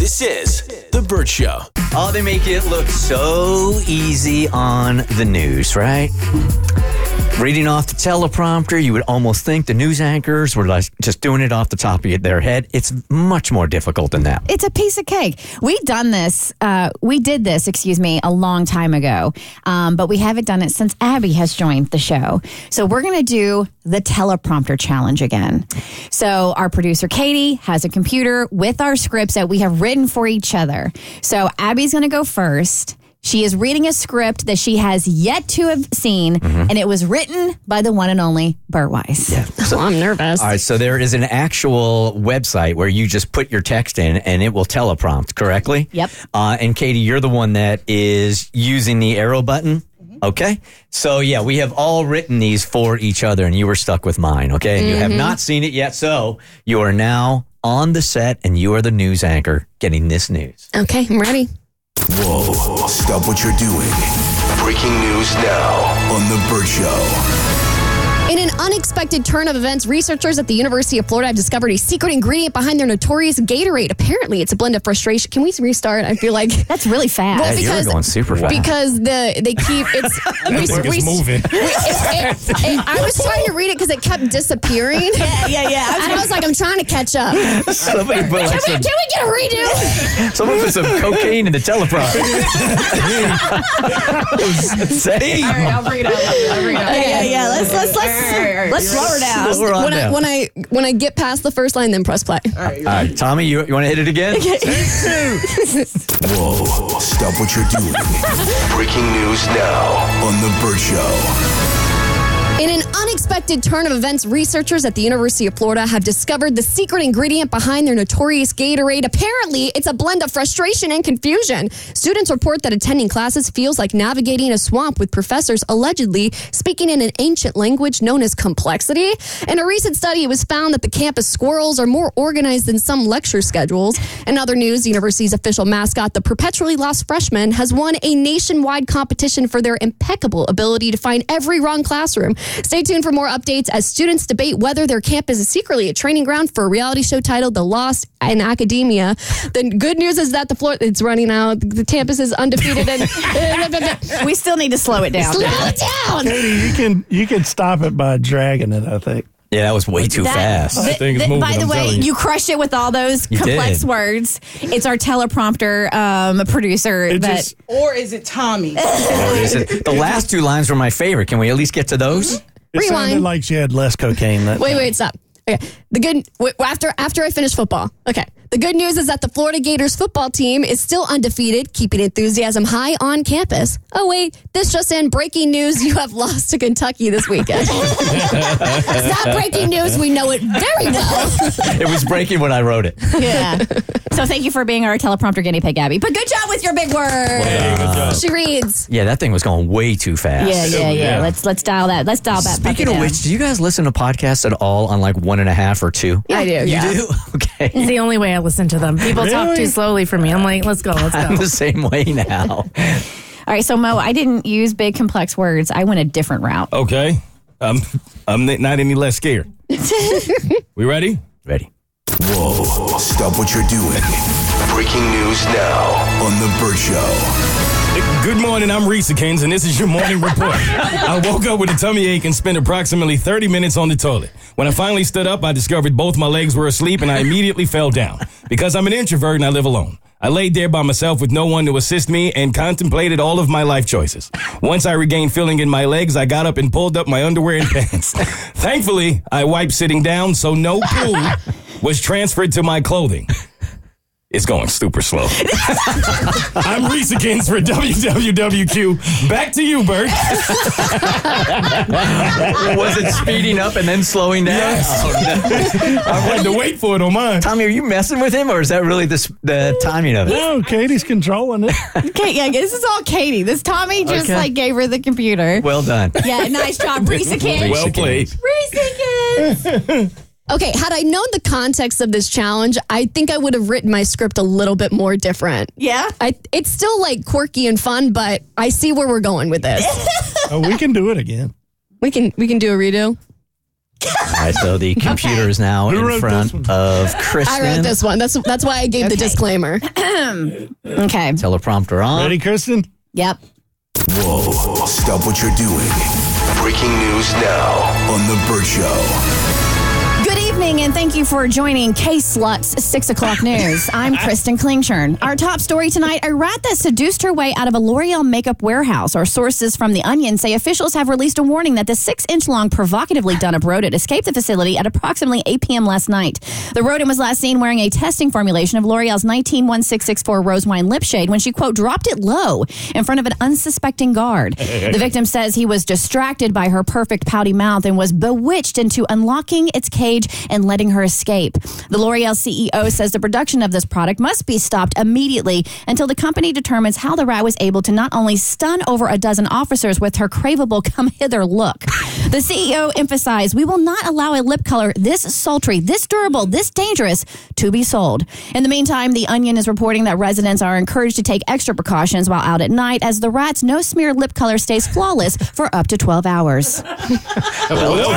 This is The Burt Show. Oh, they make it look so easy on the news, right? Reading off the teleprompter, you would almost think the news anchors were like just doing it off the top of their head. It's much more difficult than that. It's a piece of cake. We done this. Uh, we did this, excuse me, a long time ago, um, but we haven't done it since Abby has joined the show. So we're going to do the teleprompter challenge again. So our producer Katie has a computer with our scripts that we have written for each other. So Abby's going to go first. She is reading a script that she has yet to have seen, and it was written by the one and only Burt Weiss. Well, I'm nervous. All right, so there is an actual website where you just put your text in and it will teleprompt correctly. Yep. Uh, and Katie, you're the one that is using the arrow button. Okay. So, yeah, we have all written these for each other and you were stuck with mine. Okay. And you have not seen it yet. So, you are now on the set and you are the news anchor getting this news. Okay, I'm ready. Whoa, stop what you're doing. Breaking news now on The Burt Show. In an unexpected turn of events, researchers at the University of Florida have discovered a secret ingredient behind their notorious Gatorade. Apparently, it's a blend of frustration. Can we restart? I feel like That's really fast. Well, Hey, you were because- going super fast. because the they keep it's. we- we- we- it- it- it- I was trying to read it because it kept disappearing. Yeah, yeah, yeah. I was like, I'm trying to catch up. Can somebody put like we some, get a redo? somebody put some cocaine in the teleprompter. Say. yeah, yeah. Let's let's let's let's slow her down. Slow her on when down. I when I when I get past the first line, then press play. All right, Tommy, you, you want to hit it again? Whoa, stop what you're doing. Breaking news now on The Burt Show. In an unexpected turn of events, researchers at the University of Florida have discovered the secret ingredient behind their notorious Gatorade. Apparently, it's a blend of frustration and confusion. Students report that attending classes feels like navigating a swamp with professors allegedly speaking in an ancient language known as complexity. In a recent study, it was found that the campus squirrels are more organized than some lecture schedules. In other news, the university's official mascot, the perpetually lost freshman, has won a nationwide competition for their impeccable ability to find every wrong classroom. Stay tuned for more updates as students debate whether their campus is secretly a training ground for a reality show titled The Lost in Academia. The good news is that the floor it's running out. The campus is undefeated and slow we still need to slow it down. it down. Katie, you can you can stop it by dragging it. I think. Yeah, that was way too That- fast. th- thing is th- moving, by the I'm way, telling you. you. crushed it with all those You complex did. words. It's our teleprompter um, producer It that just Or is it Tommy? the last two lines were my favorite. Can we at least get to those? Mm-hmm. it sounded Rewind. like she had less cocaine. That Wait, wait, stop. Okay. The good w- after after I finish football. Okay. The good news is that the Florida Gators football team is still undefeated, keeping enthusiasm high on campus. Oh wait, this just in: breaking news: you have lost to Kentucky this weekend. it's not breaking news. We know it very well. It was breaking when I wrote it. yeah. so thank you for being our teleprompter guinea pig, Abby. But good job with your big word. she reads. Yeah, that thing was going way too fast. Yeah, yeah, yeah, Let's let's dial that. Let's dial that. Speaking puppy of down. which, do you guys listen to podcasts at all on like one and a half or two? I do. yeah. You do? Okay. It's the only way I listen to them. People talk too slowly for me. I'm like, let's go, let's I'm go. the same way now. all right, so Mo, I didn't use big complex words. I went a different route. Okay. I'm I'm n- not any less scared. we ready? Ready. Whoa, stop what you're doing. Breaking news now on The Burt Show. Good morning. I'm Reese Kins, and this is your morning report. I woke up with a tummy ache and spent approximately 30 minutes on the toilet. When I finally stood up, I discovered both my legs were asleep, and I immediately fell down. Because I'm an introvert and I live alone. I laid there by myself with no one to assist me and contemplated all of my life choices. Once I regained feeling in my legs, I got up and pulled up my underwear and pants. Thankfully, I wiped sitting down, so no poo was transferred to my clothing. It's going super slow. I'm Reese Kins for WWWQ. Back to you, Bert. Was it speeding up and then slowing down? Oh, Yes. no. I had to wait for it on mine. Tommy, are you messing with him, or is that really the, s- the timing of it? No, Katie's controlling it. Kate, yeah, this is all Katie. This Tommy just Okay. like gave her the computer. Well done. yeah, nice job, Risa King. Well played. Okay, had I known the context of this challenge, I think I would have written my script a little bit more different. Yeah. I, it's still like quirky and fun, but I see where we're going with this. Oh, we can do it again. We can we can do a redo. All right, so the computer is now Who in wrote this front of Kristen. I wrote this one. That's that's why I gave the disclaimer. Okay. Teleprompter on. Ready, Kristen? Yep. Whoa, stop what you're doing. Breaking news now on The Burt Show. Good evening, and thank you for joining K Slut's 6 o'clock news. I'm Kristen Klingchern. Our top story tonight a rat that seduced her way out of a L'Oreal makeup warehouse. Our sources from The Onion say officials have released a warning that the six inch long, provocatively done up rodent escaped the facility at approximately 8 p.m. last night. The rodent was last seen wearing a testing formulation of L'Oreal's 191664 Rose Wine Lip Shade when she, quote, dropped it low in front of an unsuspecting guard. The victim says he was distracted by her perfect pouty mouth and was bewitched into unlocking its cage and letting her escape. The L'Oreal CEO says the production of this product must be stopped immediately until the company determines how the rat was able to not only stun over a dozen officers with her craveable come hither look. The CEO emphasized, We will not allow a lip color this sultry, this durable, this dangerous to be sold. In the meantime, The Onion is reporting that residents are encouraged to take extra precautions while out at night as the rat's no smear lip color stays flawless for up to 12 hours. Well done.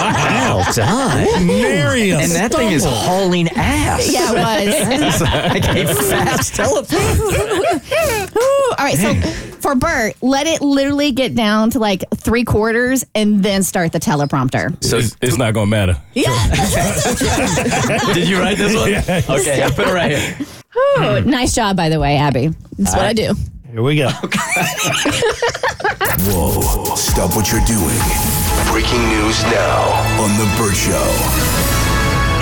Wow, done. Mary And that thing is hauling ass. Yeah, it was. It's like a fast teleprompter. Ooh, all right, so for Bert, let it literally get down to like three quarters and then start the teleprompter. It's, it's not going to matter. Did you write this one? Okay, I put it right here. Ooh, nice job, by the way, Abby. That's what I do. Here we go. Whoa, stop what you're doing. Breaking news now on The Burt Show.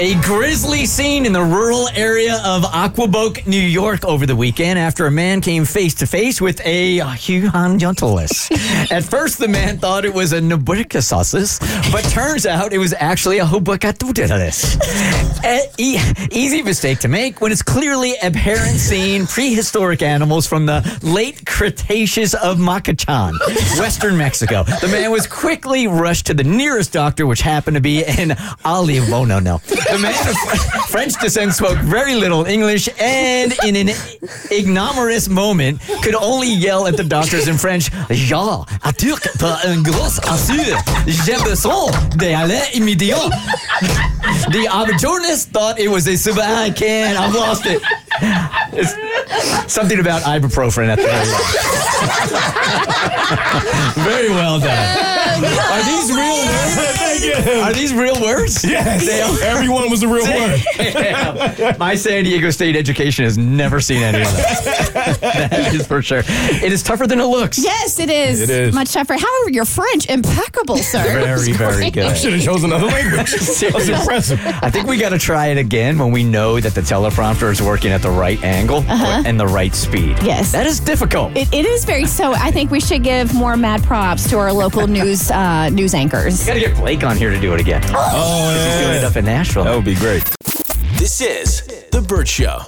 A grisly scene in the rural area of Aquaboke, New York over the weekend after a man came face to face with a Huhan Gentilis. At first, the man thought it was a Nabucodonosus, but turns out it was actually a Hobacatudilis. e- easy mistake to make when it's clearly abhorrent seeing prehistoric animals from the late Cretaceous of Macachan, western Mexico. The man was quickly rushed to the nearest doctor, which happened to be in Ali. Oh, no, no. The man of Fr- French descent spoke very little English and, in an ignominious moment, could only yell at the doctors in French, Ja, à Turc, pas un gros assure, j'ai besoin d'aller immédiat. The opportunist thought it was a super I can. I've lost it. It's something about ibuprofen at the end. Very well done. Are these real? Thank you. Are these real words? Yes. Everyone was a real word. My San Diego State education has never seen any of this. that is for sure. It is tougher than it looks. Yes, it is. It is. Much effort. However, your French, impeccable, sir. Very, very good. Should have chose another language. That was impressive. I think we got to try it again when we know that the teleprompter is working at the right angle and the right speed. Yes. That is difficult. It, it is very so. I think we should give more mad props to our local news uh, news anchors. Gotta get Blake on here to do it again. Oh, He's doing it up in Nashville. That would be great. This is The Burt Show.